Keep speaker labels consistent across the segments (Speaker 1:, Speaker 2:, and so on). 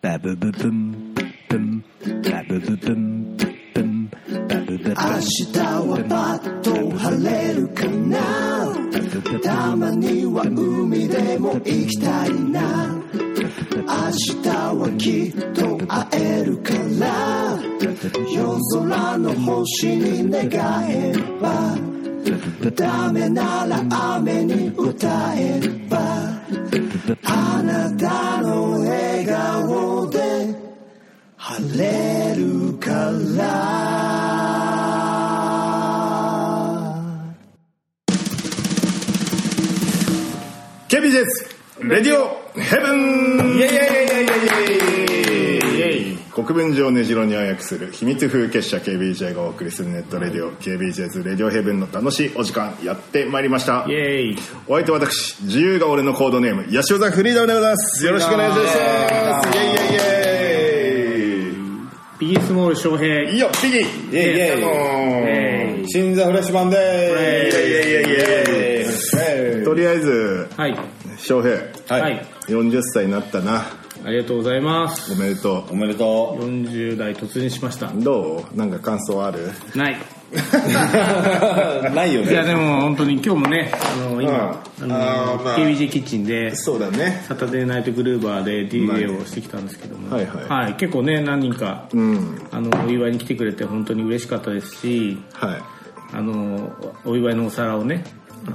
Speaker 1: バブブブンブンバブブブンブンバブブブン
Speaker 2: 明日はパッと晴れるかなたまには海でも行きたいな明日はきっと会えるから夜空の星に願えばダメなら雨に歌えばあなたの笑顔で晴れるから
Speaker 3: ケビンですレディオヘブンイエイエイエイエイエイエイ国分寺を根城に暗躍する秘密風結社 KBJ がお送りするネットレディオ KBJ's レディオヘブンの楽しいお時間やってまいりました
Speaker 4: イエイ
Speaker 3: お相手は私自由が俺のコードネームヤシオザフリーダムでございますよろしくお願いしますイエイエイエイ
Speaker 4: ビースモール翔平
Speaker 3: いいよ、ピギーイェイ
Speaker 4: イェイ
Speaker 3: 新座フラッシュマンでーすイェイイェイイェイイェイとりあえず、
Speaker 4: はい
Speaker 3: 翔平、
Speaker 4: はい、
Speaker 3: 40歳になったな。
Speaker 4: ありがとうございます
Speaker 3: おめでと
Speaker 5: おめでと。
Speaker 4: 40代突入しました
Speaker 3: う。どうなんか感想ある
Speaker 4: ないう
Speaker 5: ないよ
Speaker 4: いや
Speaker 5: ね。
Speaker 4: でも本当に今日もねあの今、
Speaker 3: うん
Speaker 4: あ
Speaker 3: あー
Speaker 4: の
Speaker 3: まあ
Speaker 4: KBJ キッチンで
Speaker 3: そうだね。
Speaker 4: サタデーナイトグルーバーで DJ をしてきたんですけども、
Speaker 3: はいはい
Speaker 4: 結構ね何人か、
Speaker 3: うん。
Speaker 4: あのお祝いに来てくれて本当に嬉しかったですし
Speaker 3: はい。
Speaker 4: あのお祝いのお皿をね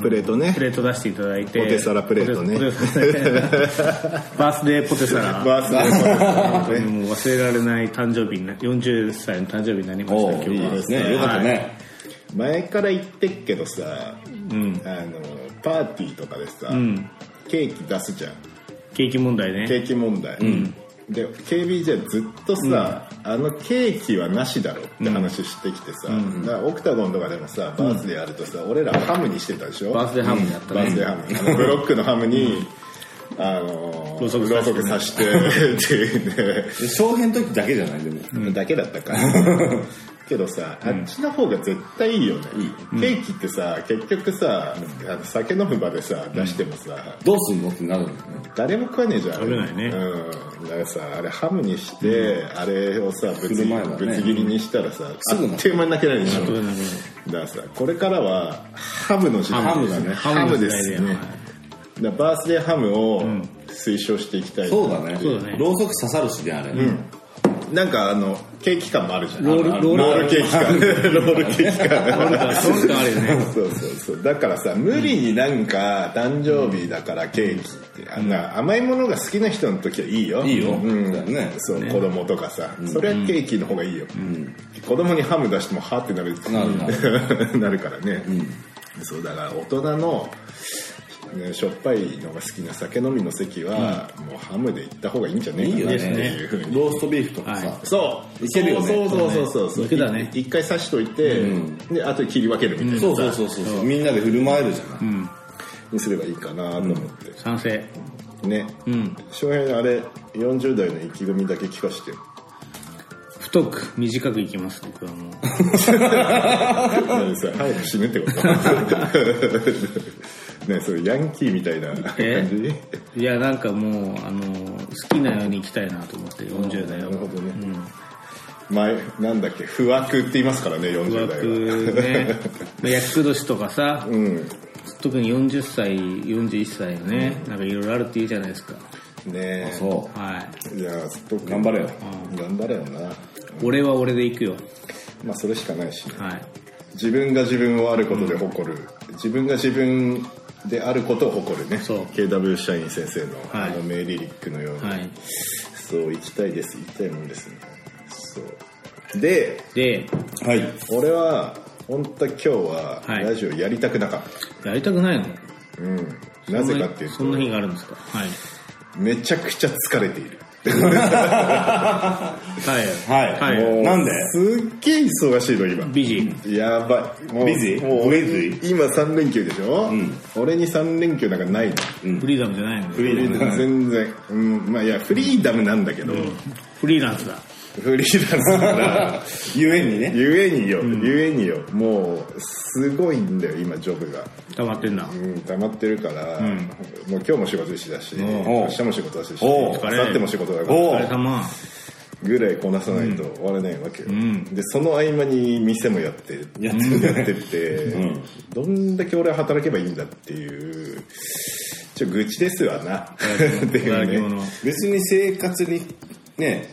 Speaker 3: プレートね
Speaker 4: プ。レート出していただいて
Speaker 3: ポテサラプレートね
Speaker 4: ポテサラプレ ートバースデーポテサラ
Speaker 3: バースデ
Speaker 4: 本当に
Speaker 3: ー
Speaker 4: もう忘れられない誕生日にな40歳の誕生日になりました
Speaker 5: お
Speaker 4: 今
Speaker 5: う
Speaker 4: 日
Speaker 5: いい
Speaker 4: は
Speaker 5: ですね。よかった
Speaker 4: はい
Speaker 5: ね。
Speaker 3: 前から言ってっけどさ、あの、パーティーとかでさ、ケーキ出すじゃん。
Speaker 4: ケーキ問題ね
Speaker 3: ケーキ問題、で KBJ ずっとさ、あのケーキはなしだろって話してきてさ、だからオクタゴンとかでもさバースデーあるとさ、俺らハムにしてたでしょ
Speaker 4: バースデーハムやったね
Speaker 3: バースデーハムあのブロックのハムに、あのー
Speaker 4: ろうそく
Speaker 3: ろうそく刺してっていうね
Speaker 5: で翔平の時だけじゃないでも。
Speaker 3: だけだったから けどさあっちの方が絶対いいよね、ケーキってさ結局さ、あの酒飲む場でさ出してもさ、
Speaker 5: どうすんのってなるのね。
Speaker 3: 誰も食わねえじゃん
Speaker 4: 食べないね
Speaker 3: うんだからさあれハムにして、あれをさぶつ,、
Speaker 5: 振る舞えばね
Speaker 3: ぶつ切りにしたらさ、
Speaker 5: すぐ
Speaker 3: あ
Speaker 5: な
Speaker 3: っという間になくなるでしょ
Speaker 4: という間になく
Speaker 3: だからさこれからはハムの時代
Speaker 4: ハムだね
Speaker 3: ハムですね
Speaker 4: ハムの時代だよ
Speaker 3: だからバースデーハムを推奨していきたい、
Speaker 5: そうだね。
Speaker 4: そうだね
Speaker 5: ろうそく刺さるしね、あれ。
Speaker 3: なんかあのケーキ感もあるじゃん
Speaker 4: ロール
Speaker 3: あの
Speaker 4: ロ
Speaker 3: ロー
Speaker 4: ール
Speaker 3: ルケーキ感 ロールケーキ感
Speaker 4: ロール感ロール感あるよね
Speaker 3: そうそうそうだからさ無理になんか誕生日だからケーキって、あんな甘いものが好きな人の時はいいよ
Speaker 5: いいよ。
Speaker 3: うん
Speaker 5: だよね。
Speaker 3: そう、子供とかさ、それはケーキの方がいいよ、子供にハム出してもはってなる
Speaker 5: な る
Speaker 3: なるからね、そうだから大人の、ね、しょっぱいのが好きな酒飲みの席は、もうハムで行った方がいいんじゃねえ
Speaker 5: い
Speaker 3: か
Speaker 5: いよ
Speaker 3: な
Speaker 5: ね。
Speaker 3: っていうふうに
Speaker 5: ローストビーフとか
Speaker 4: は
Speaker 5: さ。
Speaker 3: そう
Speaker 5: いけるよね
Speaker 3: そうそうそうそうそう
Speaker 4: 肉だね
Speaker 3: い一回刺しといて、であとで切り分けるみたいな、
Speaker 5: そうそうそうそう。みんなで振る舞えるじゃない。
Speaker 3: にすればいいかなと思って、
Speaker 4: 賛成
Speaker 3: ね、
Speaker 4: ん
Speaker 3: 翔平のあれ40代の意気込みだけ聞かしてよ
Speaker 4: 太く短くいきます僕はもう
Speaker 3: ねそれ早く死ぬってこと ねそうヤンキーみたいな
Speaker 4: え
Speaker 3: 感じ
Speaker 4: いやなんかもうあの好きなように生きたいなと思って40代
Speaker 3: な
Speaker 4: は
Speaker 3: るほどね、前なんだっけ不惑って言いますからね
Speaker 4: 不
Speaker 3: 40代は
Speaker 4: 惑ねまあ厄年とかさ、
Speaker 3: うん
Speaker 4: 特に40歳41歳のね、なんかいろいろあるって言うじゃないですか
Speaker 3: ねえ
Speaker 5: そ
Speaker 4: はい
Speaker 3: じゃあずっと
Speaker 5: 頑張れよ
Speaker 3: 頑張れよな
Speaker 4: 俺は俺で行くよ
Speaker 3: まあそれしかないしね
Speaker 4: はい
Speaker 3: 自分が自分をあることで誇る、自分が自分であることを誇るね
Speaker 4: そう
Speaker 3: KW 社員先生の、
Speaker 4: はい
Speaker 3: あの名リリックのように、
Speaker 4: はい
Speaker 3: そう行きたいです行きたいもんですねそうで
Speaker 4: で
Speaker 5: う。はい。
Speaker 3: 俺は本当は今日は
Speaker 4: はい
Speaker 3: ラジオやりたくなかっ
Speaker 4: やりたくないの
Speaker 3: た、うんなぜかっていう
Speaker 4: そんなそんな日
Speaker 3: と
Speaker 4: があるんですかはい
Speaker 3: めちゃくちゃ疲れている
Speaker 5: はい。
Speaker 4: はいはい
Speaker 5: もうなんです
Speaker 3: っげえ忙しいの今
Speaker 4: ビジ
Speaker 3: やばいもう
Speaker 5: ビジ
Speaker 3: もう
Speaker 5: ビジ
Speaker 3: 今3連休でしょ、
Speaker 5: ん
Speaker 3: 俺に3連休なんかないの
Speaker 4: フリーダムじゃないの
Speaker 5: フリーダム
Speaker 3: 全然、うん、まあいやフリーダムなんだけど、
Speaker 4: フリーランスだ
Speaker 3: フリーダムだから
Speaker 5: ゆえにね。
Speaker 3: ゆえによ、ゆえによもうすごいんだよ今ジョブが
Speaker 4: 溜まってんな。
Speaker 3: うん、溜まってるから、もう今日も仕事してたし、明日も仕事だし、
Speaker 5: お
Speaker 3: 明
Speaker 5: う
Speaker 3: 後日も仕事だか
Speaker 5: お
Speaker 4: お
Speaker 5: う
Speaker 3: ら、
Speaker 4: 疲れ様。
Speaker 3: ぐらいこなさないと終わらないわけよ。で、その合間に店もやって、やってて、どんだけ俺は働けばいいんだっていう、ちょ、愚痴ですわな、って
Speaker 4: 働き
Speaker 3: いうね。
Speaker 4: 者。
Speaker 5: 別に生活にね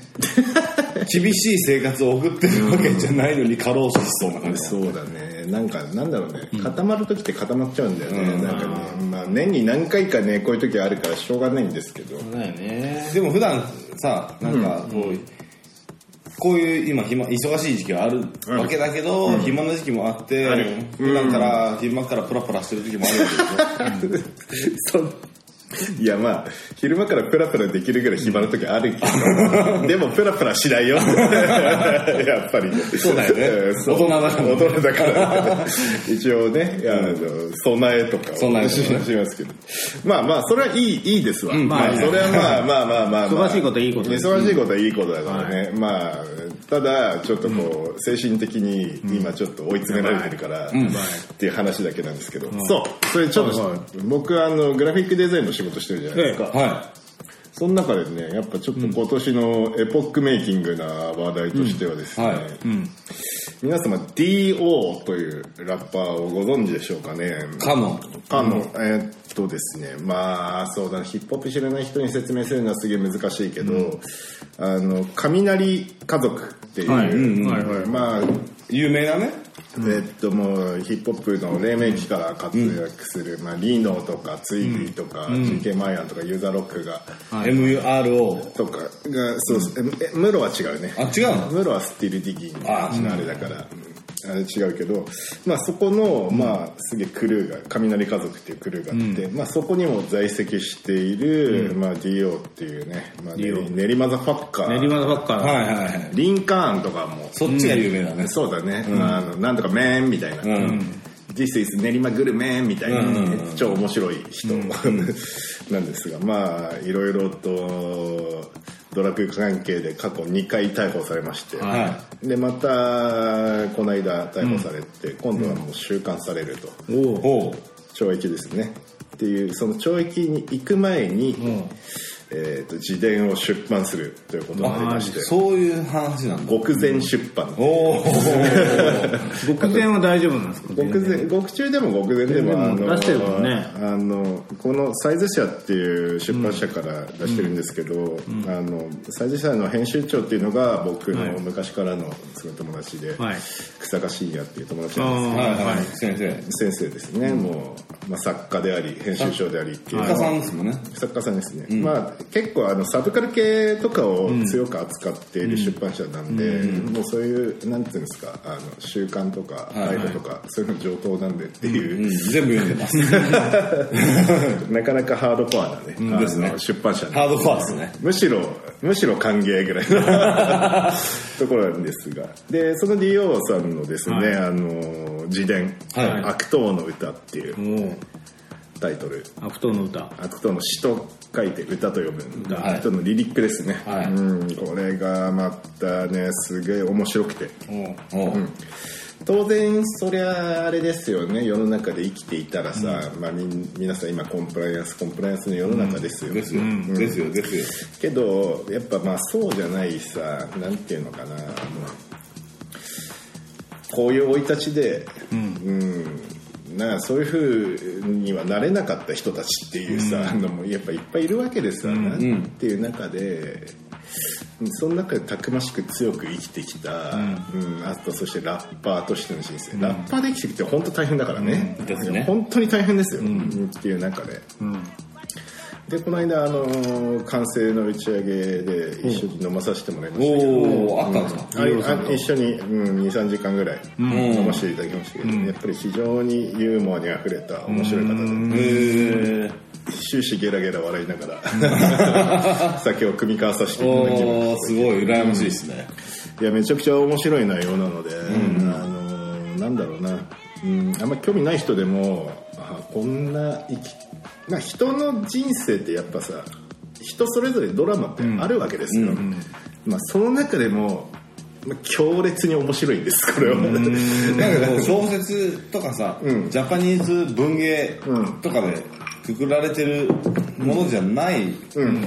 Speaker 5: 厳しい生活を送ってるわけじゃないのに過労死しそうな感じ
Speaker 3: そうだね。なんか、なんだろうね。固まる時って固まっちゃうんだよね。なんかね、まあ年に何回かね、こういう時あるからしょうがないんですけど。
Speaker 4: そうだよね。
Speaker 5: でも普段さなんかこう、こういう今暇忙しい時期はあるわけだけど、暇な時期もあって、
Speaker 3: ある
Speaker 5: 普段から暇からプラプラしてる時もあるわ
Speaker 3: そういやまあ昼間からプラプラできるぐらい暇な時あるけどでもプラプラしないよやっぱりそう
Speaker 5: だよね
Speaker 3: そう
Speaker 5: 大人だからね
Speaker 3: 大人だから一応ねあの備えとかを
Speaker 5: 備えと
Speaker 3: し
Speaker 5: かね
Speaker 3: しますけどまあまあそれはいいいいですわ、
Speaker 5: ん
Speaker 3: まあ
Speaker 5: まあ
Speaker 3: それはまあまあまあまあ、まあ、
Speaker 4: 忙しいことはいいことです
Speaker 3: 忙しいことはいいことだからね、まあただちょっとこう精神的に今ちょっと追い詰められてるから、っていう話だけなんですけど、そうそれちょっと、
Speaker 4: はいは
Speaker 3: 僕あのグラフィックデザインの仕事してるじゃないですか、
Speaker 5: けよは
Speaker 3: その中でねやっぱちょっと今年のエポックメイキングな話題としてはですね、
Speaker 5: うんはいう
Speaker 3: 皆様 DO というラッパーをご存知でしょうかね
Speaker 5: いかも
Speaker 3: あの、えーっとですねまあそうだなヒップホップ知らない人に説明するのはすげえ難しいけど、あの雷家族っていう、
Speaker 4: はいうんはいはい
Speaker 3: まあ
Speaker 5: 有名なね
Speaker 3: えっともうヒップホップの黎明期から活躍する、まあ、リーノとかツイリーとか、GK マイアンとかユーザーロックが、
Speaker 5: MURO
Speaker 3: とかがそうえムロは違うね
Speaker 5: あ違うの
Speaker 3: ムロはスティルディギング
Speaker 5: あ
Speaker 3: あれだから、うんあれ違うけど、まあ、そこの、まあ、すげえクルーが雷家族っていうクルーがあって、まあ、そこにも在籍している、まあ、DO っていうね、まあ、練り練馬ザファッカー
Speaker 4: 練馬のばっ
Speaker 5: はい
Speaker 4: か。
Speaker 5: はいはい
Speaker 3: リンカーンとかも
Speaker 5: そっちが有名だね、
Speaker 3: そうだね、まあ、あのなんとかメンみたいな、This is 練馬グルメンみたいな、超面白い人 なんですがまあいろいろとドラクエ関係で過去2回逮捕されまして、
Speaker 5: は
Speaker 3: でまたこの間逮捕されて、今度はもう収監されると、
Speaker 4: おお。
Speaker 5: おう
Speaker 3: 懲役ですねっていうその懲役に行く前に、えー、と自伝を出版するということになりまして
Speaker 5: そういう話なんだ
Speaker 3: 極前出版、
Speaker 5: おお
Speaker 4: 極前は大丈夫なんですか
Speaker 3: 極前極中でも極前でもあ
Speaker 4: でも
Speaker 3: の
Speaker 4: 出してるもんね
Speaker 3: あのこのサイズ社っていう出版社から出してるんですけど、あのサイズ社の編集長っていうのが僕の昔からのすごい友達で、
Speaker 4: はい
Speaker 3: 草加信也っていう友達
Speaker 4: あ
Speaker 3: なんです
Speaker 5: はい
Speaker 4: ー
Speaker 5: はい先生
Speaker 3: 先生ですね、もう、まあ、作家であり編集長でありっていう
Speaker 5: 作家さんですもんね
Speaker 3: 作家さんですね、まあ結構あのサブカル系とかを強く扱っている出版社なんで、もうそういうなんていうんですかあの習慣とか
Speaker 5: はいは
Speaker 3: ラ
Speaker 5: い
Speaker 3: イブとかそういうの上等なんでって
Speaker 5: う
Speaker 3: い
Speaker 5: ん
Speaker 3: う、
Speaker 5: 全部読んでます
Speaker 3: なかなかハードコアなね,、
Speaker 5: んですね
Speaker 3: の出版社なんで
Speaker 5: ハードコアですね
Speaker 3: むしろむしろ歓迎ぐらい のところなんですがでその DO さんのですね、
Speaker 4: はい
Speaker 3: あの自伝「
Speaker 5: はい
Speaker 3: 悪党の歌」っていう
Speaker 4: も
Speaker 3: タイトル
Speaker 4: う、悪党の歌。
Speaker 3: アクトの詩と書いて歌と呼ぶんだ
Speaker 5: は
Speaker 3: ア
Speaker 5: い
Speaker 3: クトのリリックですね、
Speaker 5: はい
Speaker 3: うんこれがまたねすげえ面白くて
Speaker 5: おう
Speaker 3: 当然そりゃあれですよね世の中で生きていたらさ、まあ、みん皆さん今コンプライアンスコンプライアンスの世の中ですよ、
Speaker 5: ですよ、ですよですよ
Speaker 3: けどやっぱまあそうじゃないさなんていうのかなあのこういう生い立ちで、うんなんかそういうふうにはなれなかった人たちっていうさ、あのもうやっぱいっぱいいるわけですよ、なんていう中で。その中でたくましく強く生きてきた、うんあとそしてラッパーとしての人生、ラッパーで生きてきて本当大変だからね,、
Speaker 5: ですね
Speaker 3: 本当に大変ですよ、っていう中で、でこの間あのー完成の打ち上げで一緒に飲まさせてもらいましたけど、
Speaker 5: おおあったんですか
Speaker 3: あれあ一緒に、うん、23時間ぐらい飲ませていただきましたけど、やっぱり非常にユーモアにあふれた面白い方で、
Speaker 5: へえ
Speaker 3: 終始ゲラゲラ笑いながら 酒を組み交わさせていただきま
Speaker 5: おおすごい羨ましいですね、
Speaker 3: すいやめちゃくちゃ面白い内容なので、あのーなんだろうな、うん、あんま興味ない人でもあこんな生きまあ人の人生ってやっぱさ人それぞれドラマってあるわけですよ、まあ、その中でもまあ強烈に面白いですこれは
Speaker 5: なんかこう小説とかさ、
Speaker 3: うん
Speaker 5: ジャパニーズ文芸
Speaker 3: うん
Speaker 5: とかでくくられてるものじゃない
Speaker 3: うん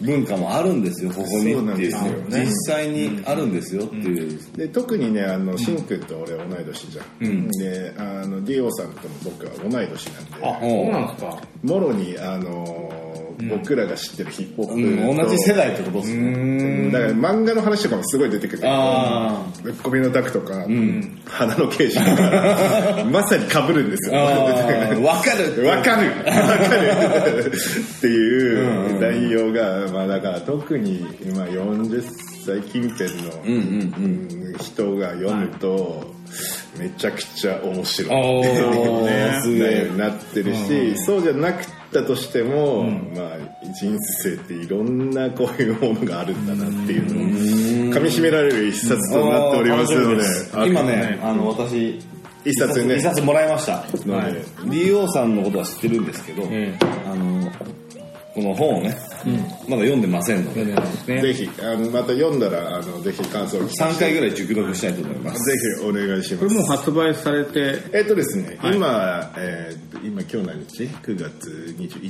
Speaker 5: 文化もあるんですよここに
Speaker 3: そうな
Speaker 5: っ
Speaker 3: ん
Speaker 5: てい
Speaker 3: ですよね
Speaker 5: う実際にあるんですよっていう、
Speaker 3: で特にねあのシンくんと俺は同い年じゃん、であのディオさんとも僕は同い年なんで
Speaker 4: あそうなんですか
Speaker 3: もろにあのー僕らが知ってるヒップホップ、
Speaker 5: うん同じ世代ってことですね
Speaker 3: うんだから漫画の話とかもすごい出てくる
Speaker 5: あ
Speaker 3: ぶっこみのタクとか、花の刑事と かまさに被るんですよ
Speaker 5: あーわかる
Speaker 3: わかるわかるっていう内容が、まあだから特に、まあ、40歳近辺の、うん人が読むと、めちゃくちゃ面白いっていうね
Speaker 5: おーすげえ
Speaker 3: ねなってるし、そうじゃなくったとしても、まあ人生っていろんなこういうものがあるんだなっていうのを噛み締められる一冊となっておりますので
Speaker 5: あー今ねあの私
Speaker 3: 一冊ね
Speaker 5: 一冊もらいました
Speaker 3: はい
Speaker 5: DO さんのことは知ってるんですけど、
Speaker 4: え
Speaker 5: あのこの本をね、まだ読んでませんので
Speaker 4: そうなんですね
Speaker 3: ぜひあのまた読んだらあのぜひ感想を聞きぜ
Speaker 5: 3回ぐらい熟読したいと思います
Speaker 3: ひお願いし
Speaker 4: こ
Speaker 3: ま
Speaker 4: れもう
Speaker 3: す
Speaker 4: 発売されて
Speaker 3: えっとですね、今、えー今今日何日 ?9 月21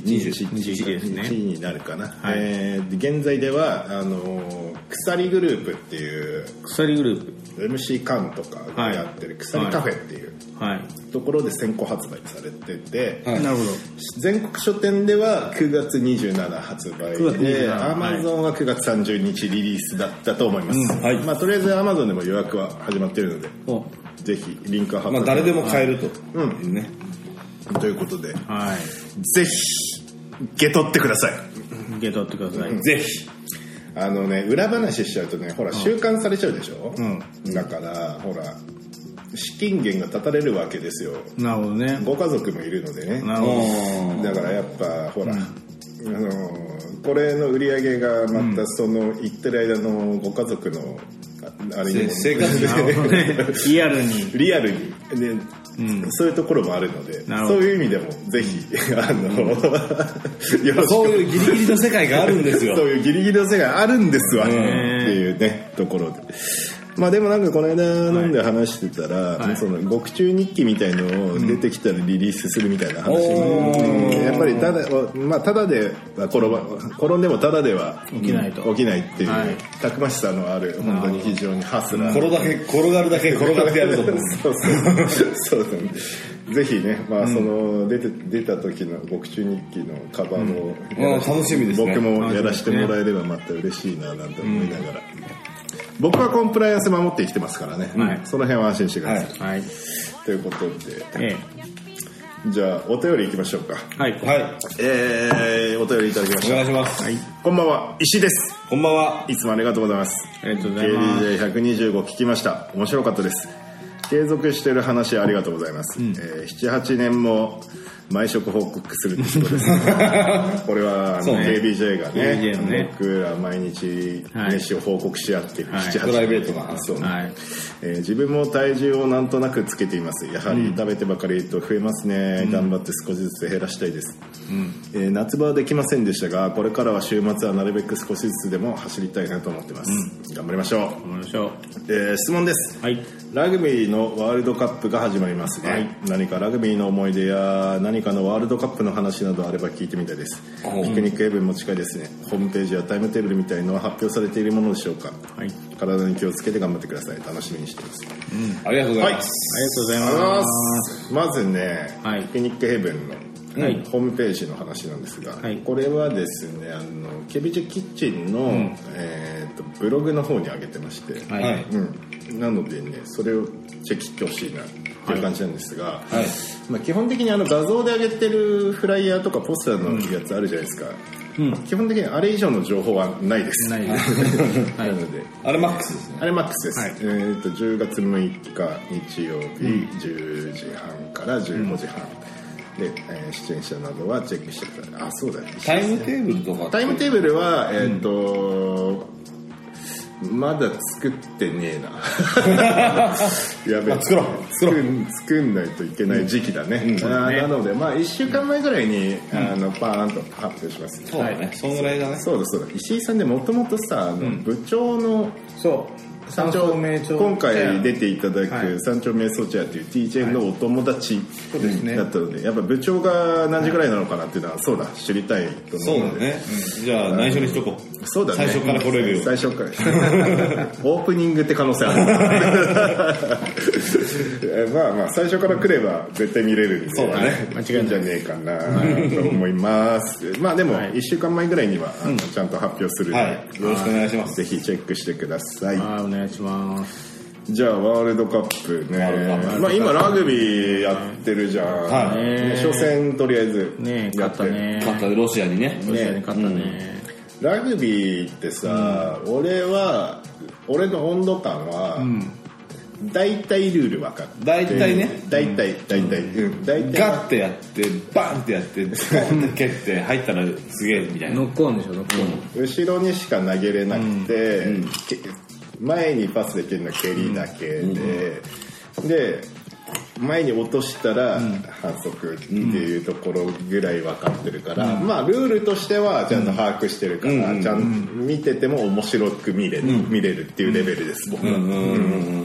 Speaker 3: 日
Speaker 4: 21ですね
Speaker 3: 日になるかな、えー現在ではあの鎖グループっていう
Speaker 4: 鎖グルー
Speaker 3: MC カンとかがやってる鎖カフェっていう
Speaker 4: プはい
Speaker 3: ところで先行発売されてて、
Speaker 5: はい
Speaker 4: なるほど
Speaker 3: 全国書店では9月27発売
Speaker 4: 9月
Speaker 3: で、
Speaker 4: 27
Speaker 3: Amazon は9月30日リリースだったと思います、
Speaker 5: うんはい
Speaker 3: まあ、とりあえず Amazon でも予約は始まってるので
Speaker 4: お
Speaker 3: ぜひリンクは貼っ
Speaker 5: まあ、誰でも買えると、
Speaker 3: う
Speaker 5: ね
Speaker 3: ということで
Speaker 4: はい
Speaker 3: ぜひ受け取ってください
Speaker 4: 受け取ってください、
Speaker 5: ぜひ
Speaker 3: あのね裏話しちゃうとねほら収監されちゃうでしょ、だからほら資金源が断たれるわけですよ
Speaker 4: なるほど ね
Speaker 3: ご家族もいるのでね
Speaker 4: なる
Speaker 5: お
Speaker 4: ほ
Speaker 5: ー
Speaker 3: だからやっぱほら、あのーこれの売り上げがまたその行ってる間のご家族のああれにも
Speaker 5: せ生活費
Speaker 4: どなるほどねリアルに
Speaker 3: リアルに、ねそういうところもあるので
Speaker 4: なるほ
Speaker 3: そう
Speaker 4: ど
Speaker 3: いう意味でもぜひあの、よろしく
Speaker 5: そういうギリギリの世界があるんですよ
Speaker 3: そういうギリギリの世界あるんですわ、
Speaker 5: ん
Speaker 3: っていうねところで。まあでもなんかこの間飲んで話してたら、
Speaker 4: はい
Speaker 3: その獄中日記みたいのを出てきたらリリースするみたいな話も、
Speaker 5: おー
Speaker 3: やっぱりただ、まあ、ただでは転ば転んでもただでは
Speaker 4: 起きないと
Speaker 3: 起きないっていう、
Speaker 4: はい
Speaker 3: たくましさのある本当に非常にハスラー
Speaker 5: 転だけ転がるだけ転がってやるぞ
Speaker 3: そ
Speaker 5: と
Speaker 3: うそうそうそうぜひね、まあその出て出た時の「獄中日記」のカバーをやらせて、
Speaker 5: うん楽しみですね
Speaker 3: 僕もやらせてもらえればまた嬉しいななんて思いながら、僕はコンプライアンス守って生きてますからね、
Speaker 4: はい
Speaker 3: その辺は安心してください、
Speaker 4: はい
Speaker 3: ということで
Speaker 4: え
Speaker 3: じゃあお便りいきましょうか
Speaker 4: えはい
Speaker 5: はい
Speaker 3: えー、お便りいただきま
Speaker 5: お
Speaker 3: し
Speaker 5: 願
Speaker 3: た
Speaker 5: いします、
Speaker 3: こんばんは石です
Speaker 5: こんばんはい
Speaker 3: つもありがとうございます
Speaker 4: ありがとうございます
Speaker 3: KDJ125 聞きました面白かったです継続してる話ありがとうございます、えー78年も毎食報告するってことです これはあの
Speaker 5: そうね
Speaker 3: KBJ がね
Speaker 4: KBJ のね
Speaker 3: 僕ら毎日
Speaker 4: はい
Speaker 3: 飯を報告し合ってる、
Speaker 4: はい
Speaker 3: 78
Speaker 5: プライベートな
Speaker 3: そうね、
Speaker 4: はい
Speaker 3: えー自分も体重をなんとなくつけていますやはり食べてばかりと増えますね、頑張って少しずつ減らしたいです、えー夏場はできませんでしたがこれからは週末はなるべく少しずつでも走りたいなと思ってます、頑張りましょ
Speaker 4: 頑張りましょう
Speaker 3: う、えー質問です
Speaker 4: はい
Speaker 3: ラグビーのワールドカップが始まりますね、
Speaker 4: はい
Speaker 3: 何かラグビーの思い出や何かのワールドカップの話などあれば聞いてみたいです
Speaker 5: お
Speaker 3: ピクニックヘブンも近いですねホームページやタイムテーブルみたいのは発表されているものでしょうか
Speaker 4: はい
Speaker 3: 体に気をつけて頑張ってください楽しみにしています
Speaker 5: ありがとうございま
Speaker 3: はい
Speaker 5: す、
Speaker 4: ありがとうござい
Speaker 3: ありがとうござい
Speaker 4: ま
Speaker 3: ますまずね、
Speaker 4: はい
Speaker 3: ピクニックヘブンの、
Speaker 4: はい
Speaker 3: ホームページの話なんですが、
Speaker 4: はい
Speaker 3: これはですねあのケビチェキッチンの、えー、とブログの方に上げてまして、
Speaker 4: すは
Speaker 5: はいい
Speaker 3: うん、なのでねそれをチェックしてほしいなっていう感じなんですが、
Speaker 5: はい
Speaker 3: まあ、基本的にあの画像で上げてるフライヤーとかポスターのやつあるじゃないですか、基本的にあれ以上の情報はないです
Speaker 4: ないです
Speaker 3: な
Speaker 4: は
Speaker 3: いので
Speaker 5: あれマックスですね
Speaker 3: あれマックスです、
Speaker 4: はい
Speaker 3: えー、と10月6日日曜日、10時半から15時半、で、えー出演者などはチェックしてくださいあそうだね
Speaker 5: タイムテーブルとか
Speaker 3: タイムテーブルはえっ、と、まだ作ってねえな やべえ
Speaker 5: あ作ろう
Speaker 3: 作ん作んないといけない時期だね,、あーなのでまあ1週間前ぐらいに、あのパーンと発表します、
Speaker 5: そうだね、そんぐらいだね
Speaker 3: そうだそうだ石井さんでもともとさあの部長の
Speaker 4: そ
Speaker 3: 三
Speaker 4: 三
Speaker 3: 丁
Speaker 4: 丁目町
Speaker 3: 今回出ていただ
Speaker 4: は
Speaker 3: く
Speaker 4: い
Speaker 3: 三丁目ソチアという TJ のお友達
Speaker 4: そうですね
Speaker 3: だったのでやっぱ部長が何時ぐらいなのかなっていうのはそうだ知りたいと
Speaker 5: そ
Speaker 3: 思う
Speaker 5: うだ
Speaker 3: ので
Speaker 5: ね。じゃあ、内緒にしとこう。
Speaker 3: そうだね
Speaker 5: 最初から来れるよ。
Speaker 3: 最初から オープニングって可能性あるえ まあまあ最初から来れば絶対見れるんで
Speaker 5: そうだね
Speaker 3: 間違いんじゃねえかなと思いますまあでも1週間前ぐらいにはあのちゃんと発表するんで、
Speaker 5: はい。よろしくお願いします。
Speaker 3: ぜひチェックしてください、
Speaker 4: はい、お願いします。
Speaker 3: じゃあワールドカップね
Speaker 5: ールドカップ
Speaker 3: まあ今ラグビーやってるじゃん、
Speaker 5: はい
Speaker 3: ね初戦とりあえず
Speaker 4: ねえ、
Speaker 3: や
Speaker 4: 勝ったね。
Speaker 5: 勝ったロシアにね。
Speaker 4: ロシアに勝ったね。
Speaker 3: ラグビーってさ、俺は俺の温度感は、大体ルール分かる
Speaker 5: 大体ね
Speaker 3: うん大体大体うん大体
Speaker 5: ガッてやって、バンってやって、ポンって蹴って、入ったらすげえ、みたいな。
Speaker 4: ノックオンでしょ、ノックオン。
Speaker 3: 後ろにしか投げれなくて、け前にパスできるのは蹴りだけで、で前に落としたら反則っていうところぐらい分かってるから、まあルールとしてはちゃんと把握してるから、
Speaker 5: うん
Speaker 3: ちゃんと見てても面白く見れる、見れるっていうレベルです、僕
Speaker 5: う
Speaker 3: は。
Speaker 5: んうんうんうん。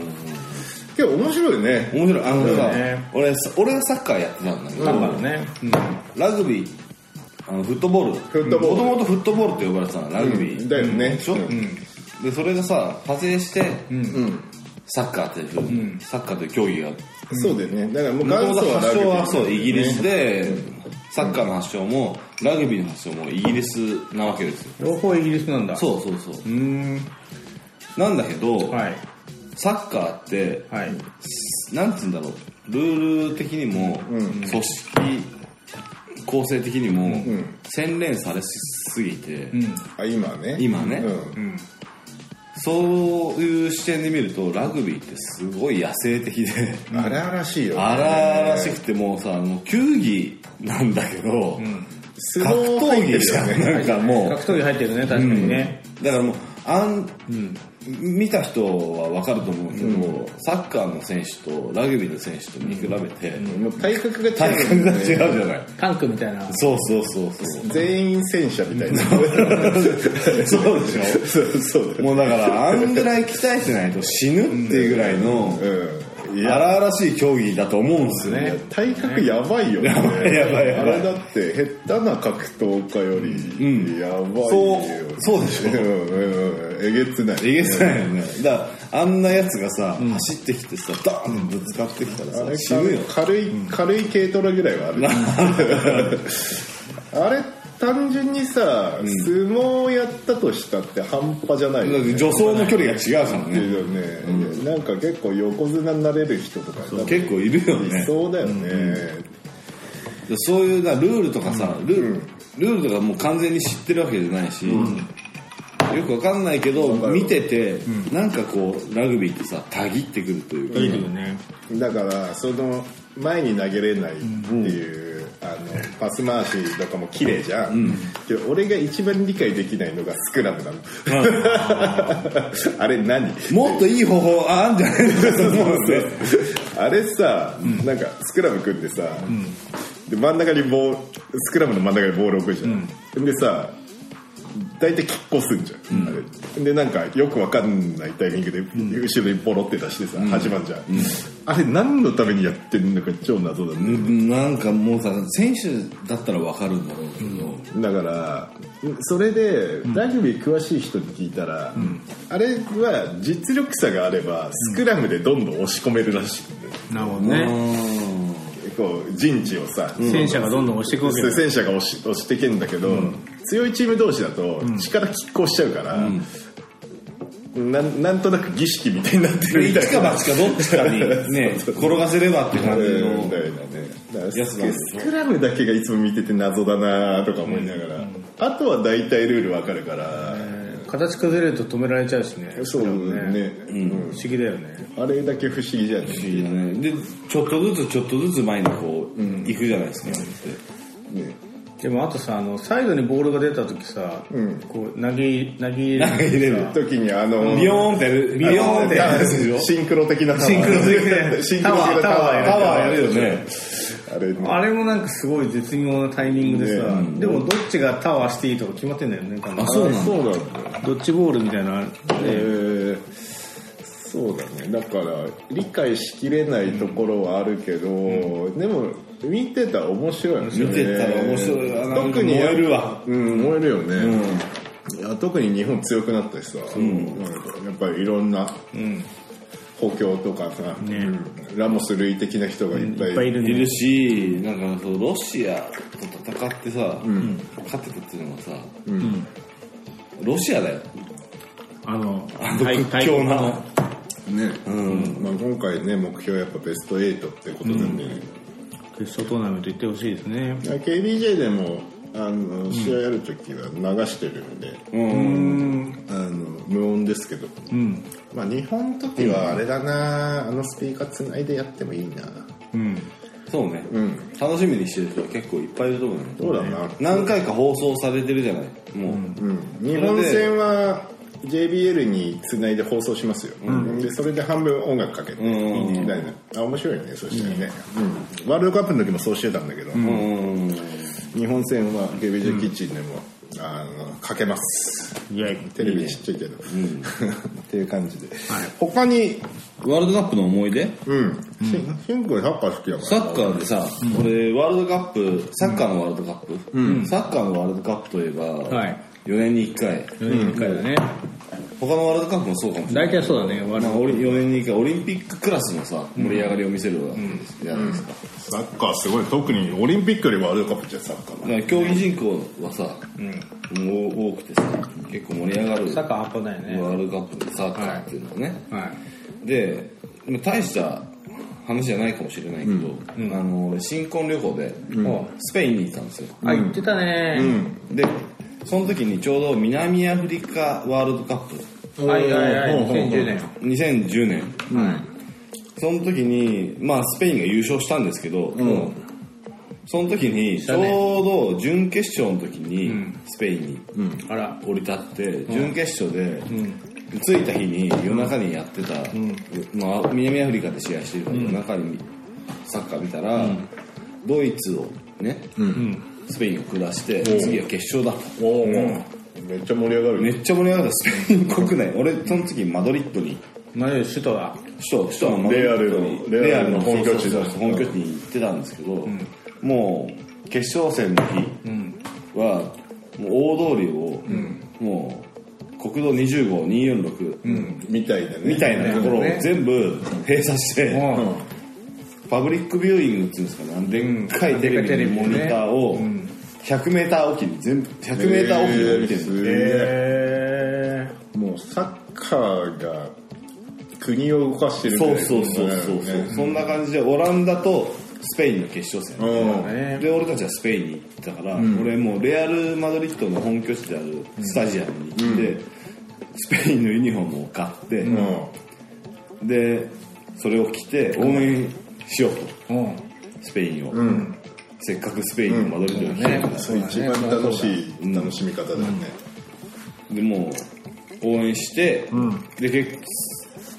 Speaker 3: けど面白いね
Speaker 5: 面白い。あのさ
Speaker 4: ね、
Speaker 5: 俺、俺はサッカーやってたんだけど、
Speaker 4: ね。
Speaker 5: ラグビー、あのフットボール。
Speaker 3: フットボール
Speaker 5: もともとフットボールって呼ばれてたの、ラグビー。
Speaker 3: だよね
Speaker 5: でしょ、で、それがさ、派生して、サッカーっていう、サッカーという競技が、
Speaker 3: そうだよねだからもう
Speaker 5: もと
Speaker 3: 元
Speaker 5: も
Speaker 3: 祖
Speaker 5: と
Speaker 3: はラ
Speaker 5: 発
Speaker 3: グビ
Speaker 5: 祥
Speaker 3: ー
Speaker 5: はそう、イギリスで、サッカーの発祥も、ラグビーの発祥もイギリスなわけですよ。
Speaker 4: 両方イギリスなんだ。
Speaker 5: そうそうそう。
Speaker 4: う。うーん。
Speaker 5: なんだけど、
Speaker 4: はい。
Speaker 5: サッカーって、
Speaker 4: はい。
Speaker 5: なんつうんだろう、ルール的にも、組織構成的にも、洗練されすぎて、
Speaker 4: うん。
Speaker 3: あ今はね
Speaker 5: 今ね
Speaker 3: うん
Speaker 5: そういう視点で見ると、ラグビーってすごい野生的で、
Speaker 3: 荒々しいよね
Speaker 5: 荒々しくてもうさ、もう球技なんだけど、
Speaker 3: 相
Speaker 5: 格
Speaker 3: 撲入っ
Speaker 5: 闘
Speaker 3: て
Speaker 5: 技
Speaker 3: る
Speaker 5: じゃ
Speaker 3: よね
Speaker 5: ん、なんかもう
Speaker 4: 格。闘技入ってるね、確かにね。
Speaker 5: だからもうあん、見た人は分かると思うけど、サッカーの選手とラグビーの選手と見比べて、
Speaker 3: もう体格が違
Speaker 5: 体
Speaker 3: う
Speaker 5: 感
Speaker 3: よ
Speaker 5: が違う
Speaker 3: ね
Speaker 5: じゃない。
Speaker 4: タンクみたいな。
Speaker 5: そうそうそうそう。
Speaker 3: 全員戦車みたい な
Speaker 5: そうでしょ
Speaker 3: そうそうだね
Speaker 5: もうだから、あんぐらい鍛えてないと死ぬっていうぐらいの、
Speaker 3: うんいや
Speaker 5: 荒々しい競技だと思うんですよね。
Speaker 3: 体格やばいよね
Speaker 5: やばいやばいやばい
Speaker 3: あれだって下手な格闘家よりやばいよ
Speaker 5: そう、そうでしょ
Speaker 3: うんうんうんえげつない
Speaker 5: えげつないよね。だから、あんなやつがさ、走ってきてさ、ドーンってぶつかってきた
Speaker 3: あ
Speaker 5: らさ、
Speaker 3: れ
Speaker 5: 死ぬよ。
Speaker 3: 軽い軽い軽トラぐらいはあるあれ単純にさ、相撲やったとしたって半端じゃないよね
Speaker 5: 助走の距離が違うから
Speaker 3: け
Speaker 5: ね。
Speaker 3: どね、なんか結構横綱になれる人とか多分
Speaker 5: 結構いるよね
Speaker 3: い。そうだよね、
Speaker 5: でそういうなルールとかさ、ルール、ルールとかもう完全に知ってるわけじゃないし、よくわかんないけど、
Speaker 3: かる
Speaker 5: 見てて、なんかこう、ラグビーってさ、たぎってくるというか、
Speaker 4: いいよね。
Speaker 3: だからその前に投げれないっていう、あのパス回しとかも綺麗じゃん、けど俺が一番理解できないのがスクラムなの、 あれ何
Speaker 5: もっといい方法あんじゃないですか、もう ね
Speaker 3: あれさ、なんかスクラム組んでさ、で真ん中にボールスクラムの真ん中にボール置くじゃん、でさ大体拮抗すんじゃん、あれでなんかよくわかんないタイミングで後ろにボロって出してさ、始まんじゃん、あれ何のためにやってんのか超謎だね、
Speaker 5: なんかもうさ、選手だったらわかるんだろうけど、
Speaker 3: だからそれでラグビー詳しい人に聞いたら、あれは実力差があればスクラムでどんどん押し込めるらしい、
Speaker 4: なるほど
Speaker 5: う
Speaker 4: ね。
Speaker 5: ん
Speaker 3: こう陣地をさ、
Speaker 4: 戦車がどんどん押していくわけ
Speaker 3: そう
Speaker 4: だ。
Speaker 3: 戦車が押し押してけんだけど、強いチーム同士だと力拮抗しちゃうから、なんなんとなく儀式みたいになってるみた
Speaker 5: 一
Speaker 3: い
Speaker 5: か
Speaker 3: な。
Speaker 5: 八かどっちかに ね、転がせればって感じ
Speaker 3: うんみた
Speaker 5: の。
Speaker 3: いなねだから
Speaker 5: やつなんで
Speaker 3: スクラムだけがいつも見てて謎だなとか思いながら、あとは大体ルールわかるから、
Speaker 4: 形崩れると止められちゃうしね。
Speaker 3: そうだよね、
Speaker 4: 不思議だよね。
Speaker 3: うんあれだけ不思議じゃない、
Speaker 5: いいよねで、ちょっとずつちょっとずつ前にこう、行くじゃないですか。
Speaker 3: ね、
Speaker 4: でもあとさ、あの、サイドにボールが出た時さ、こう、投げ、投げ入
Speaker 5: 投げ入れ
Speaker 4: れる
Speaker 5: ると
Speaker 4: さ。
Speaker 3: 時にあの
Speaker 5: ビヨーンってやる、ビヨーンってやるでしょ
Speaker 3: シンクロ的なタワー
Speaker 4: シンクロ的な
Speaker 3: シンクロ的なタワー
Speaker 5: タワーやるよね。
Speaker 3: あれね
Speaker 4: あれもなんかすごい絶妙なタイミングでさ、
Speaker 3: ね
Speaker 4: でもどっちがタワーしていいとか決まってんだよね、多分
Speaker 5: あそうなんだ
Speaker 3: そうなんだ
Speaker 4: ドッジボールみたいなのある
Speaker 3: えーそうだねだから理解しきれないところはあるけど、でも見てたら面白いよね
Speaker 5: 見てたら面白いわなんか
Speaker 3: 特に
Speaker 5: 燃えるわ
Speaker 3: うん燃えるよね、いや特に日本強くなったしさ、なんかやっぱりいろんな補強とかさ、うんラモス類的な人がいっぱい,、
Speaker 4: いっぱいいる
Speaker 5: い
Speaker 4: ね
Speaker 5: るし、なんかそうロシアと戦ってさ、勝ってたっていうのはさ、ロシアだよ。
Speaker 4: あの
Speaker 5: 独強な。
Speaker 3: ね、
Speaker 5: ん
Speaker 3: まあ、今回ね目標はやっぱベスト8ってことなんで、
Speaker 4: 決勝トーナメント行ってほしいですね
Speaker 3: いや KBJ でもあの試合やるときは流してるんで、あの無音ですけど、
Speaker 4: うん
Speaker 3: まあ、日本の時はあれだな、あのスピーカーつないでやってもいいな
Speaker 4: うん
Speaker 5: そうね、
Speaker 3: ん
Speaker 5: 楽しみにしてる人は結構いっぱいいると思うよ
Speaker 3: そうだな
Speaker 5: 何回か放送されてるじゃない。もう、
Speaker 3: うん日本戦は JBL につないで放送しますよ、でそれで半分音楽かけて、
Speaker 5: ん
Speaker 3: みたいなあ面白いねそしたらね、うんワールドカップの時もそうしてたんだけど、
Speaker 5: うん
Speaker 3: 日本戦は KBJ キッチンでも、あのかけます
Speaker 4: いや
Speaker 3: テレビちっちゃいけど っていう感じで、
Speaker 4: はい
Speaker 3: 他に
Speaker 5: ワールドカップの思い出
Speaker 3: うんしゅんくんサッカー好きだか
Speaker 5: サ
Speaker 3: ら
Speaker 5: ッカーでさ、俺、ワールドカップ、サッカーのワールドカップ、サッカーのワールドカップといえば、
Speaker 4: はい
Speaker 5: 4年に1回、
Speaker 4: 1回だね
Speaker 5: 他のワールドカップもそうかもしれない。
Speaker 4: 大体そうだね我
Speaker 5: まあ、
Speaker 4: 々
Speaker 5: オリ4年に1回、オリンピッククラスのさ、盛り上がりを見せるわけじゃないですか。
Speaker 3: サッカーすごい特にオリンピックよりワールドカップじゃサッカーだ
Speaker 5: だから競技人口はさ、もう多くてさ、結構盛り上がる
Speaker 4: サッカー半端ないね
Speaker 5: ワールドカップでサッカーっていうのはね。
Speaker 4: はい
Speaker 5: で、まあ大した話じゃないかもしれないけど、あの俺新婚旅行で、スペインに行ったんですよ。
Speaker 4: あ行ってたね
Speaker 5: でその時にちょうど南アフリカワールドカップ
Speaker 4: はいはいはい
Speaker 3: うん
Speaker 4: 2010年
Speaker 5: 2010年、その時にまあスペインが優勝したんですけど、その時にち
Speaker 4: た
Speaker 5: ょう
Speaker 4: ね
Speaker 5: ど準決勝の時にスペインに
Speaker 4: あら
Speaker 5: 降り立って、準決勝で、着いた日に夜中にやってた、まあ、南アフリカで試合してるから夜中にサッカー見たら、ドイツをね、スペインを下して次は決勝だ
Speaker 3: おお、めっちゃ盛り上がる
Speaker 5: めっちゃ盛り上がったスペイン国内俺その時マドリッドに
Speaker 4: まず首都だ
Speaker 5: 首都首都のマドリッドに
Speaker 3: レアルの
Speaker 5: レ
Speaker 3: 本拠地
Speaker 5: そう
Speaker 3: だ
Speaker 5: そうそう本拠地に行ってたんですけど、もう決勝戦の日はもう大通りを、もう国道20号246、
Speaker 3: みたいなね
Speaker 5: みたいなところを
Speaker 4: ね
Speaker 5: 全部閉鎖して、
Speaker 4: うん
Speaker 5: パブリックビューイングっていうんですかねでっかいテレビのモニターを100メーターおきに全部100メーターおきに見てるんです
Speaker 3: へーすげえ
Speaker 4: へ
Speaker 3: もうサッカーが国を動かしてるみたい
Speaker 5: そう
Speaker 3: な
Speaker 5: そうそうそうそう、そんな感じでオランダとスペインの決勝戦、
Speaker 3: うん
Speaker 4: え
Speaker 5: で俺たちはスペインに行ってたから、俺もうレアル・マドリッドの本拠地であるスタジアムに行って、スペインのユニフォームを買って、でそれを着て応援しようと
Speaker 4: うん
Speaker 5: スペインを、せっかくスペインのマドリッドに来てるから、
Speaker 3: そう一番楽しい楽しみ方だよね、
Speaker 5: でもう応援して、で結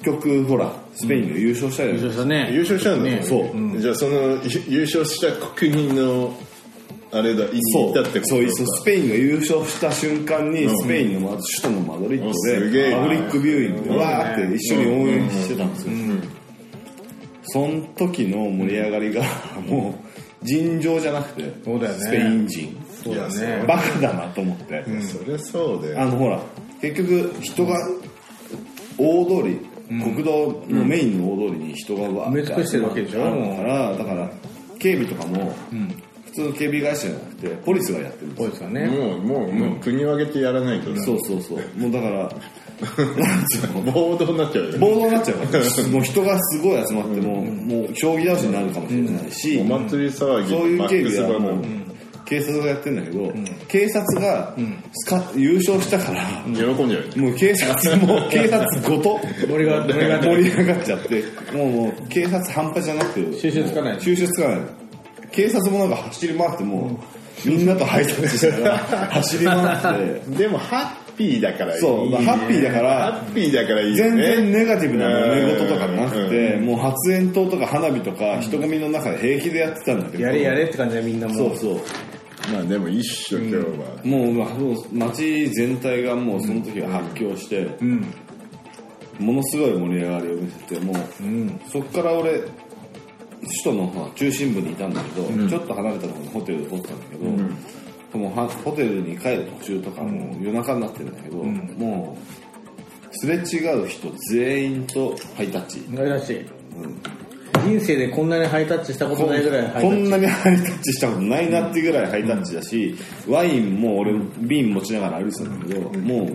Speaker 5: 局ほらスペインが優勝したじゃない
Speaker 4: 優
Speaker 5: ですか
Speaker 4: 勝したね
Speaker 3: 優勝したんだもんね
Speaker 5: そう
Speaker 3: じゃあそのゆ優勝した国のあれだ行
Speaker 5: そう
Speaker 3: ったってこと
Speaker 5: そう
Speaker 3: か
Speaker 5: そうスペインが優勝した瞬間に、
Speaker 3: うん
Speaker 5: スペインのまず首都のマドリッ
Speaker 3: うん
Speaker 5: ド
Speaker 3: すげえ
Speaker 5: で
Speaker 3: な
Speaker 5: パブリックビューイングでわーって一緒に応援してたんですよ、その時の盛り上がり がもう尋常じゃなくて
Speaker 4: そうだよね
Speaker 5: スペイン人
Speaker 4: そうだ
Speaker 3: いや
Speaker 4: ね
Speaker 5: バカだなと思って、
Speaker 3: そりゃそうだ
Speaker 5: あ
Speaker 3: よ
Speaker 5: のほら結局人が大通り、国道のメインの大通りに人がわ
Speaker 4: 埋め尽くしてるわけでしょ
Speaker 5: あるからだから警備とかも、普通の警備会社じゃなくてポリスがやってるんです
Speaker 4: こ
Speaker 5: よ
Speaker 4: いつはね
Speaker 3: もうもうもう国を挙げてやらないとね
Speaker 5: そうそうそうもうだからなんつうの
Speaker 3: 暴動になっちゃうよね
Speaker 5: 暴動になっちゃうからもう人がすごい集まっても、もう将棋倒しになるかもしれないし、
Speaker 3: お祭り騒ぎ
Speaker 5: そういう
Speaker 3: マ
Speaker 5: 警
Speaker 3: ック
Speaker 5: 備
Speaker 3: ス
Speaker 5: は
Speaker 3: バ
Speaker 5: も
Speaker 3: も
Speaker 5: う警察がやってんだけど、警察がスカ優勝したから、
Speaker 3: 喜んじゃうよね
Speaker 5: もう警察も警察ごと
Speaker 4: 盛り上が盛り上がって
Speaker 5: 盛り上がっちゃってもうもう警察半端じゃなく
Speaker 4: 収拾つかない
Speaker 5: 収拾つかない警察もなんか走り回ってもうみんなとハイタッチしながら走り回って
Speaker 3: でもハッピーだからいい
Speaker 5: そうまあハッピーだから
Speaker 3: ハッピーだからいいよ
Speaker 5: 全
Speaker 3: ね
Speaker 5: 然ネガティブな寝言とかなくて
Speaker 3: う
Speaker 5: もう発煙筒とか花火とか人混みの中で平気でやってたんだけど
Speaker 4: やれやれって感じでみんなも
Speaker 5: そうそう
Speaker 3: まあでも一緒今日は
Speaker 5: もうまあもう街全体がもうその時は発狂して、ものすごい盛り上がりを見せてもう、そっから俺首都のほら中心部にいたんだけど、ちょっと離れたところのホテルで撮ったんだけど、もうはホテルに帰る途中とかもう夜中になってるんだけど、もうすれ違う人全員とハイタッチ、
Speaker 4: 珍しい。人生でこんなにハイタッチしたことないぐらいハイタ
Speaker 5: こ
Speaker 4: ッ
Speaker 5: ん
Speaker 4: チ。
Speaker 5: なにハイタッチしたことないなっていうぐらいハイタッチだし、ワインも俺瓶持ちながら歩いてたんだけど、も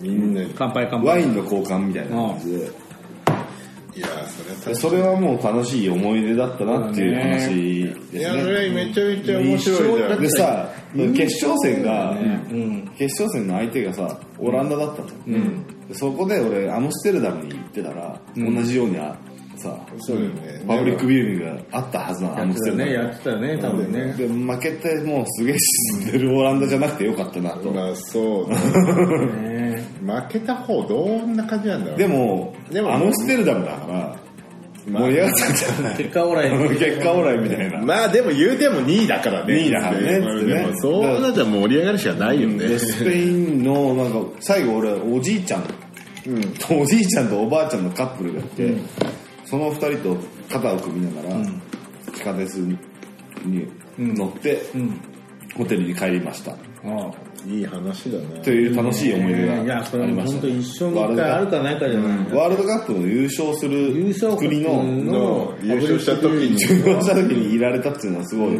Speaker 3: みんな、い
Speaker 4: 乾杯乾
Speaker 5: うワ
Speaker 4: 杯。
Speaker 5: インの交換みたいな感じで、
Speaker 3: やーそれは確か
Speaker 5: で
Speaker 3: に
Speaker 5: それはもう楽しい思い出だったなっていう話
Speaker 3: い
Speaker 5: です
Speaker 3: や、そ
Speaker 5: ね。
Speaker 3: れめちゃめちゃ面白いじゃん。
Speaker 5: でさ、決勝戦が、決勝戦の相手がさ、オランダだったの、でそこで俺、アムステルダムに行ってたら、同じようにあさ、
Speaker 3: そうだよね。
Speaker 5: パブリックビューイングがあったはずなの、ア
Speaker 4: やっ
Speaker 5: ム
Speaker 4: てた
Speaker 5: ステルダ
Speaker 4: ね、
Speaker 5: ム。
Speaker 4: やってたね、多分ね。
Speaker 5: で負けてもうすげえ沈んでるオランダじゃなくてよかったなと、
Speaker 3: まあそうだね。負けた方どんな感じなんだろう。
Speaker 5: で、も
Speaker 3: でも
Speaker 5: アムステルダムだから盛り上がったんじゃない
Speaker 4: 結果オーライ。
Speaker 5: 結果オーライみたいな、
Speaker 3: まあでも言うても2位だからね。
Speaker 5: 2位だからね
Speaker 3: まあ
Speaker 5: つってね
Speaker 3: でもそうなっちゃ盛り上がるしかないよね。
Speaker 5: でスペインのなんか最後俺おじいちゃん、おじいちゃんとおばあちゃんのカップルがいて、その2人と肩を組みながら、地下鉄に乗って、ホテルに帰りました
Speaker 4: うん
Speaker 3: いい話だな。
Speaker 5: という楽しい思い出
Speaker 4: い
Speaker 5: が
Speaker 4: や、それ
Speaker 5: あり
Speaker 4: も
Speaker 5: まし
Speaker 4: 本
Speaker 5: た
Speaker 4: 当一生に一回あるかないかじゃない。
Speaker 5: ワールドカップの優勝す
Speaker 4: 優勝
Speaker 5: る
Speaker 4: 国
Speaker 5: 国の
Speaker 4: の
Speaker 3: 優勝した時に
Speaker 5: 優勝した時にいられたっていうのはすごい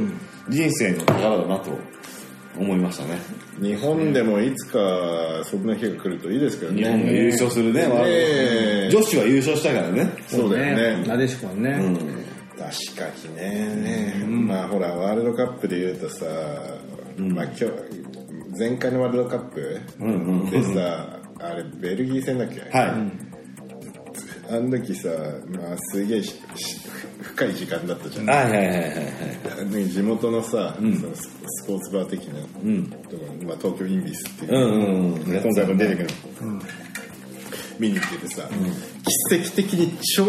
Speaker 5: 人生の宝だなと思いましたね。
Speaker 3: 日本でもいつかそんな日が来るといいですけど
Speaker 5: 日本が
Speaker 3: ね。
Speaker 5: 優勝するね、ワールドカッ
Speaker 3: ね
Speaker 5: プ。女子は優勝したからね。
Speaker 3: そうだよね。
Speaker 4: なでしこはね。
Speaker 3: 確かにね。まあほら、ワールドカップで言うとさ、まあ今日、前回のワールドカップ
Speaker 5: うんうん。
Speaker 3: でさ、あれベルギー戦だっけ
Speaker 5: は
Speaker 3: あの時さ、まあ、すげえしし深い時間だったじゃ
Speaker 5: い。
Speaker 3: ない、
Speaker 5: はいはいはいはいはい。
Speaker 3: ね、地元のさ、そのススポーツバー的なところ、まあ、東京インビスっていうう、
Speaker 5: んうんうん。
Speaker 3: 今回も出てくる、見に行っててさ、奇跡的に超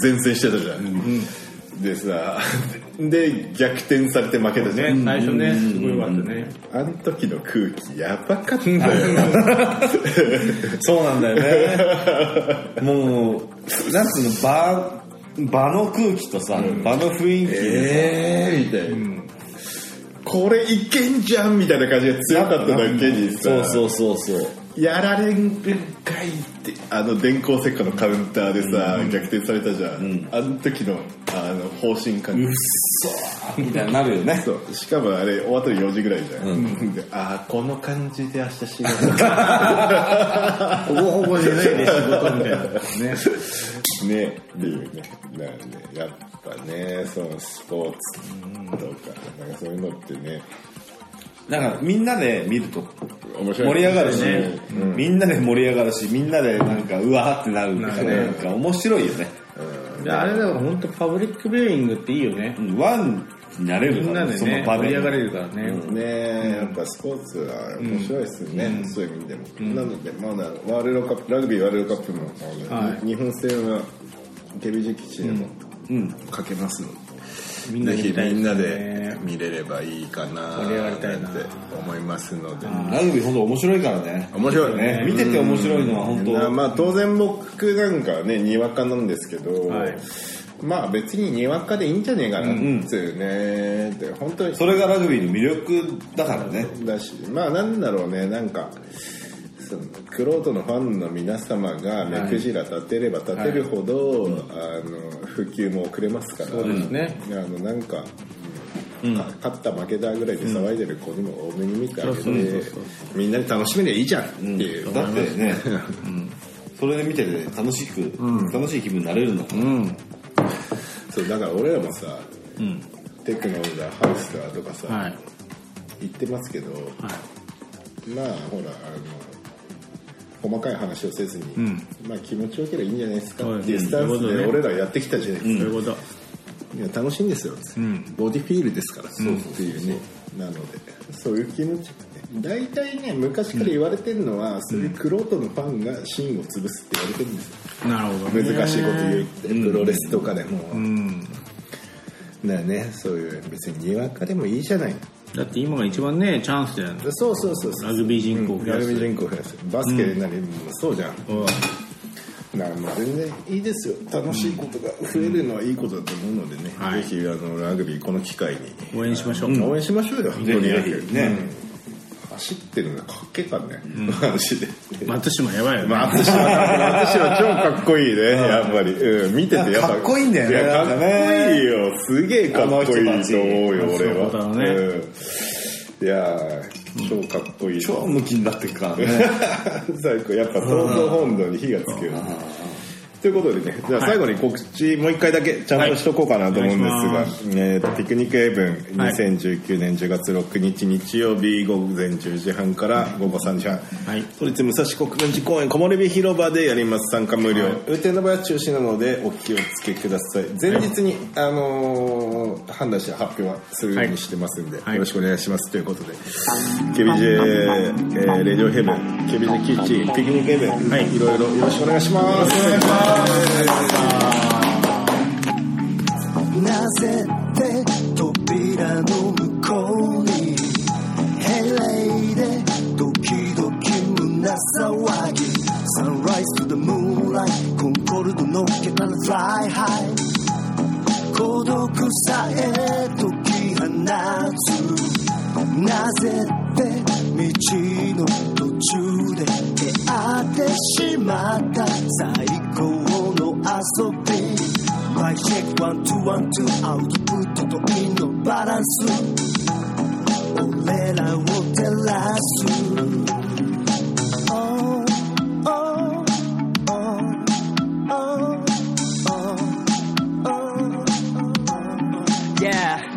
Speaker 3: 前線してたじゃん、でさ で逆転されて負けたじゃん、
Speaker 4: ね、最初ね、すごいわってね。
Speaker 3: あの時の空気やばかったよ
Speaker 5: そうなんだ よね。もう、なんつうの、場、場の空気とさ、場の雰囲気で
Speaker 3: えーみたいな、これいけんじゃんみたいな感じが強かっただけにさ
Speaker 5: さ。そうそうそうそう。
Speaker 3: やられんかいってあの電光石火のカウンターでさ、逆転されたじゃん、あの時のあの方針感、
Speaker 5: うっそーみたいになるよね。
Speaker 3: そうしかもあれ終わったら4時ぐらいじゃん、でああこの感じで明日仕事
Speaker 4: ほぼほぼじゃないで仕事みたいな。ね。
Speaker 3: ねっていうねなんでやっぱねそのスポーツとかなんかそういうのってね
Speaker 5: なんかみんなで見ると
Speaker 3: 面白い
Speaker 5: 盛り上がるし、
Speaker 4: ね
Speaker 5: みんなで盛り上がるし、みんなでなんかうわーってなるから
Speaker 4: なるね
Speaker 5: なんか面白いよね。
Speaker 4: であれだから本当パブリックビューイングっていいよね
Speaker 5: う。んワンになれ
Speaker 4: み
Speaker 5: る
Speaker 4: ん
Speaker 5: か
Speaker 4: な
Speaker 5: ら、
Speaker 4: で
Speaker 5: その
Speaker 4: ね、
Speaker 5: 場
Speaker 4: 盛
Speaker 5: で。
Speaker 4: り上がれるからね。
Speaker 3: ねやっぱスポーツは面白いですよね、そういう意味でも、なので、まあ、ワールドカップラグビーワールドカップも、あの
Speaker 4: はい
Speaker 3: 日本戦はケビジ基地でもかけますので、
Speaker 4: みんな
Speaker 3: ぜひ
Speaker 4: 見たい
Speaker 3: み
Speaker 4: ですね
Speaker 3: んなで見れればいいかな
Speaker 4: 盛り上がりたいな
Speaker 3: なんて思いますので、
Speaker 5: ラグビー本当面白いからね。
Speaker 3: 面白い
Speaker 5: ね見てて面白いのは本
Speaker 3: な
Speaker 5: 当。
Speaker 3: まあ当然僕なんかはねにわかなんですけど、
Speaker 4: はい
Speaker 3: まあ別ににわかでいいんじゃねえかなっていうね、で本当に
Speaker 5: それがラグビーの魅力だからね。
Speaker 3: だしまあなんだろうねなんかそのクロートのファンの皆様が目くじら立てれば立てるほど、あの普及も遅れますから
Speaker 4: そうですね。
Speaker 3: あのなんか、か勝った負けたぐらいで騒いでる子にも多めに見てあげて、
Speaker 4: そうそうそうそ
Speaker 3: みんなで楽しめりゃいいじゃんっていう、
Speaker 5: だってね、それで見てて楽しく、楽しい気分になれるんだから。
Speaker 3: そうだから俺らもさ、テクノだハウスだとかさ、
Speaker 4: はい。
Speaker 3: 言ってますけど、まあほらあの細かい話をせずに、まあ気持ちよければいいんじゃないですかっていうスタンス
Speaker 4: そうですね
Speaker 3: で俺らやってきたじゃないです
Speaker 4: そ
Speaker 3: か、
Speaker 4: ういうこと。
Speaker 3: いや楽しいんですよ、ボディフィールですから、っていうねなのでそういう気持ち大体ね昔から言われてるのは、そういうクロートのファンが芯を潰すって言われてるんですよ
Speaker 4: なるほどね。
Speaker 3: 難しいこと言ってプロレスとかでも、だからねそういう別ににわかでもいいじゃない
Speaker 4: だって今が一番ね、チャンスだよね。
Speaker 3: そうそうそうそう
Speaker 4: ラグビー人口を増
Speaker 3: ラ
Speaker 4: や
Speaker 3: グ
Speaker 4: す
Speaker 3: ビー人口増やすバスケなりもそうじゃん、
Speaker 4: うん
Speaker 3: なまあ全然いいですよ楽しいことが増えるのはいいことだと思うのでね、
Speaker 4: はい
Speaker 3: ぜひあのラグビーこの機会に
Speaker 4: 応援しましょう。
Speaker 3: 応援しましょうよ、
Speaker 5: ひ
Speaker 3: とにかく
Speaker 5: ぜひね
Speaker 3: うん走ってるのかっけえからね、マジで
Speaker 4: 松島やばいよね。
Speaker 3: まあ、私は、私は超かっこいいね、やっぱり。うん、見ててやっぱ。
Speaker 5: かっこいいんだよね
Speaker 3: やかっこいいよ。すげえかっこいいと思うよ、
Speaker 4: あの人たち
Speaker 3: 俺は。
Speaker 4: そうだね
Speaker 3: うんいやー、超かっこいい。
Speaker 5: 超ムキになってくからね
Speaker 3: 最高、やっぱ東京本土に火がつくよね。ということでね、じゃあ最後に告知もう一回だけちゃんとしとこうかなと思うんです
Speaker 4: はいお願
Speaker 3: が
Speaker 4: いしま、
Speaker 3: えーピクニックエイブン2019年10月6日日曜日午前10時半から午後3時半、
Speaker 4: はい
Speaker 3: 都立武蔵国分寺公園木漏れ日広場でやります参加無料、運転の場合は中止なのでお気をつけください前日に、あのー判断して発表はするようにしてますんで、
Speaker 4: い
Speaker 3: よろしくお願いしますということで KBJ、えーレジオヘブン KBJ キッチンピクニックエイブン、い、ろいろよろしくお願いします
Speaker 2: なぜって扉の向こうにヘレイでドキドキ胸騒ぎ Sunrise to the moonlight コンコルドのっけたら Fly high 孤独さえ解き放つなぜって道の途中で出会ってしまった最高の遊び My check one two one two アウトプットとインのバランス Oh, 俺らを照らす Oh, oh, oh, oh, oh, oh, oh.
Speaker 6: Yeah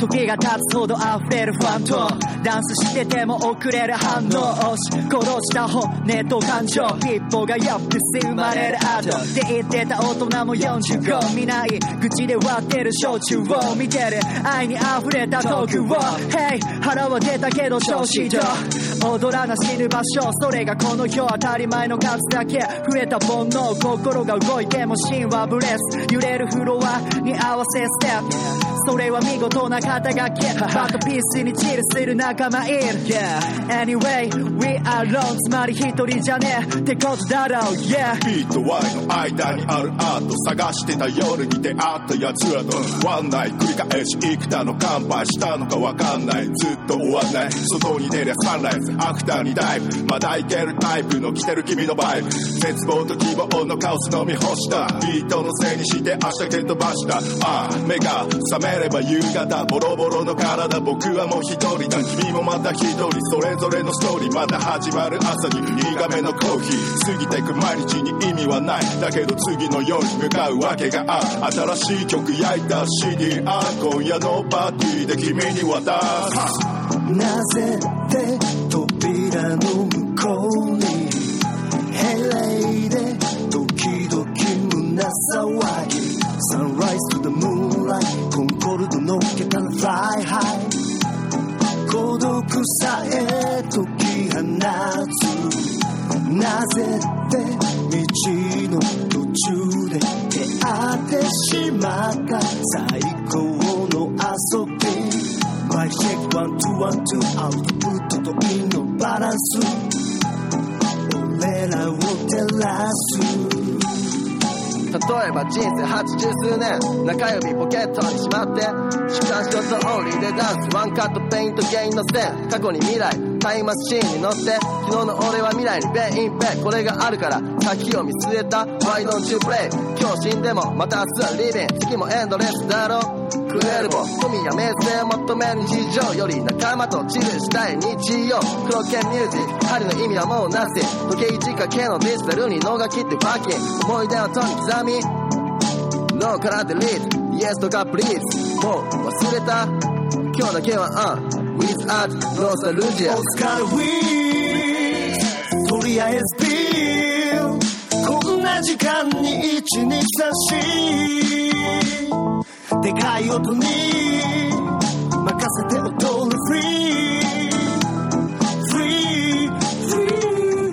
Speaker 6: 時が経つほど溢れるファンとダンスしてても遅れる反応押し殺した骨と感情一歩がやって生まれるアートって言ってた大人も45見ない口で割ってる焼酎を見てる愛に溢れたトークを Hey 腹は出たけど調子と踊らな死ぬ場所それがこの世当たり前の数だけ増えた煩悩心が動いても芯はブレス揺れるフロアに合わせステップそれは見事な肩書き バッドピースにチルする仲間いる Anyway we are alone つまり一人じゃねえってことだろう Yeah
Speaker 7: B と Y の間にあるアート探してた夜に出会ったやつらとワンナイ繰り返し幾多の乾杯したのかわかんないずっと終わんない外に出りゃサンライズアフターにダイブまだいけるタイプの着てる君のバイブ絶望と希望のカオス飲み干したビートのせいにして明日蹴っ飛ばしたああ目が覚めれば夕方ボロボロの体僕はもう一人だ君もまた一人それぞれのストーリーまた始まる朝に苦めのコーヒー過ぎてく毎日に意味はないだけど次の夜に向かうわけがある新しい曲焼いた CD あ今夜のパーティーで君に渡す
Speaker 2: なぜって扉の向こうにヘレイでドキドキ胸騒ぎ Sunrise to the moonlight コンコルドのっけたら Fly high 孤独さえ解き放つなぜって道の途中で出会ってしまった最高の遊び My check one two one two アウトプットとインのバランス Oh, 俺らを照らす
Speaker 8: 例えば人生80数年中指ポケットにしまって主観一つオンリーでダンスワンカットペイントゲインの線過去に未来タイムマシーンに乗って昨日の俺は未来にペインペイこれがあるから先を見据えた Why don't you play 今日死んでもまた明日はリビン次もエンドレスだろクエルボ富や名声を求める日常より仲間とチルしたい日曜黒剣ミュージック針の意味はもうなし時計時かけのデジタルに脳が切ってパッキン思い出をとに刻み脳からデリートイエスとかプリーズもう忘れた今日だけはうん With Art ノスタルジア
Speaker 2: オスカルウィークとりあえずビールこんな時間に一日差しでかい音に任せて踊るフリーフリーフリーフリーフ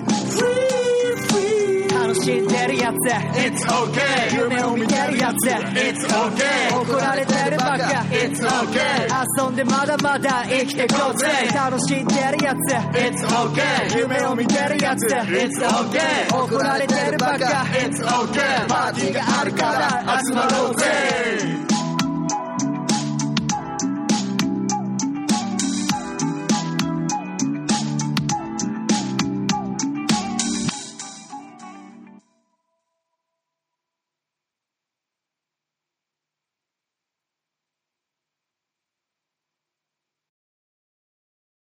Speaker 2: リー
Speaker 6: 楽し死んでるやつ
Speaker 8: It's okay
Speaker 6: 夢を見てるやつ
Speaker 8: It's okay
Speaker 6: 怒られてるバカ
Speaker 8: It's okay
Speaker 6: 遊んでまだまだ生きてこうぜ楽しんでるやつ
Speaker 8: It's okay
Speaker 6: 夢を見てるやつ
Speaker 8: It's okay
Speaker 6: 怒られてるバカ
Speaker 8: It's okay パーティーがあるから集まろうぜ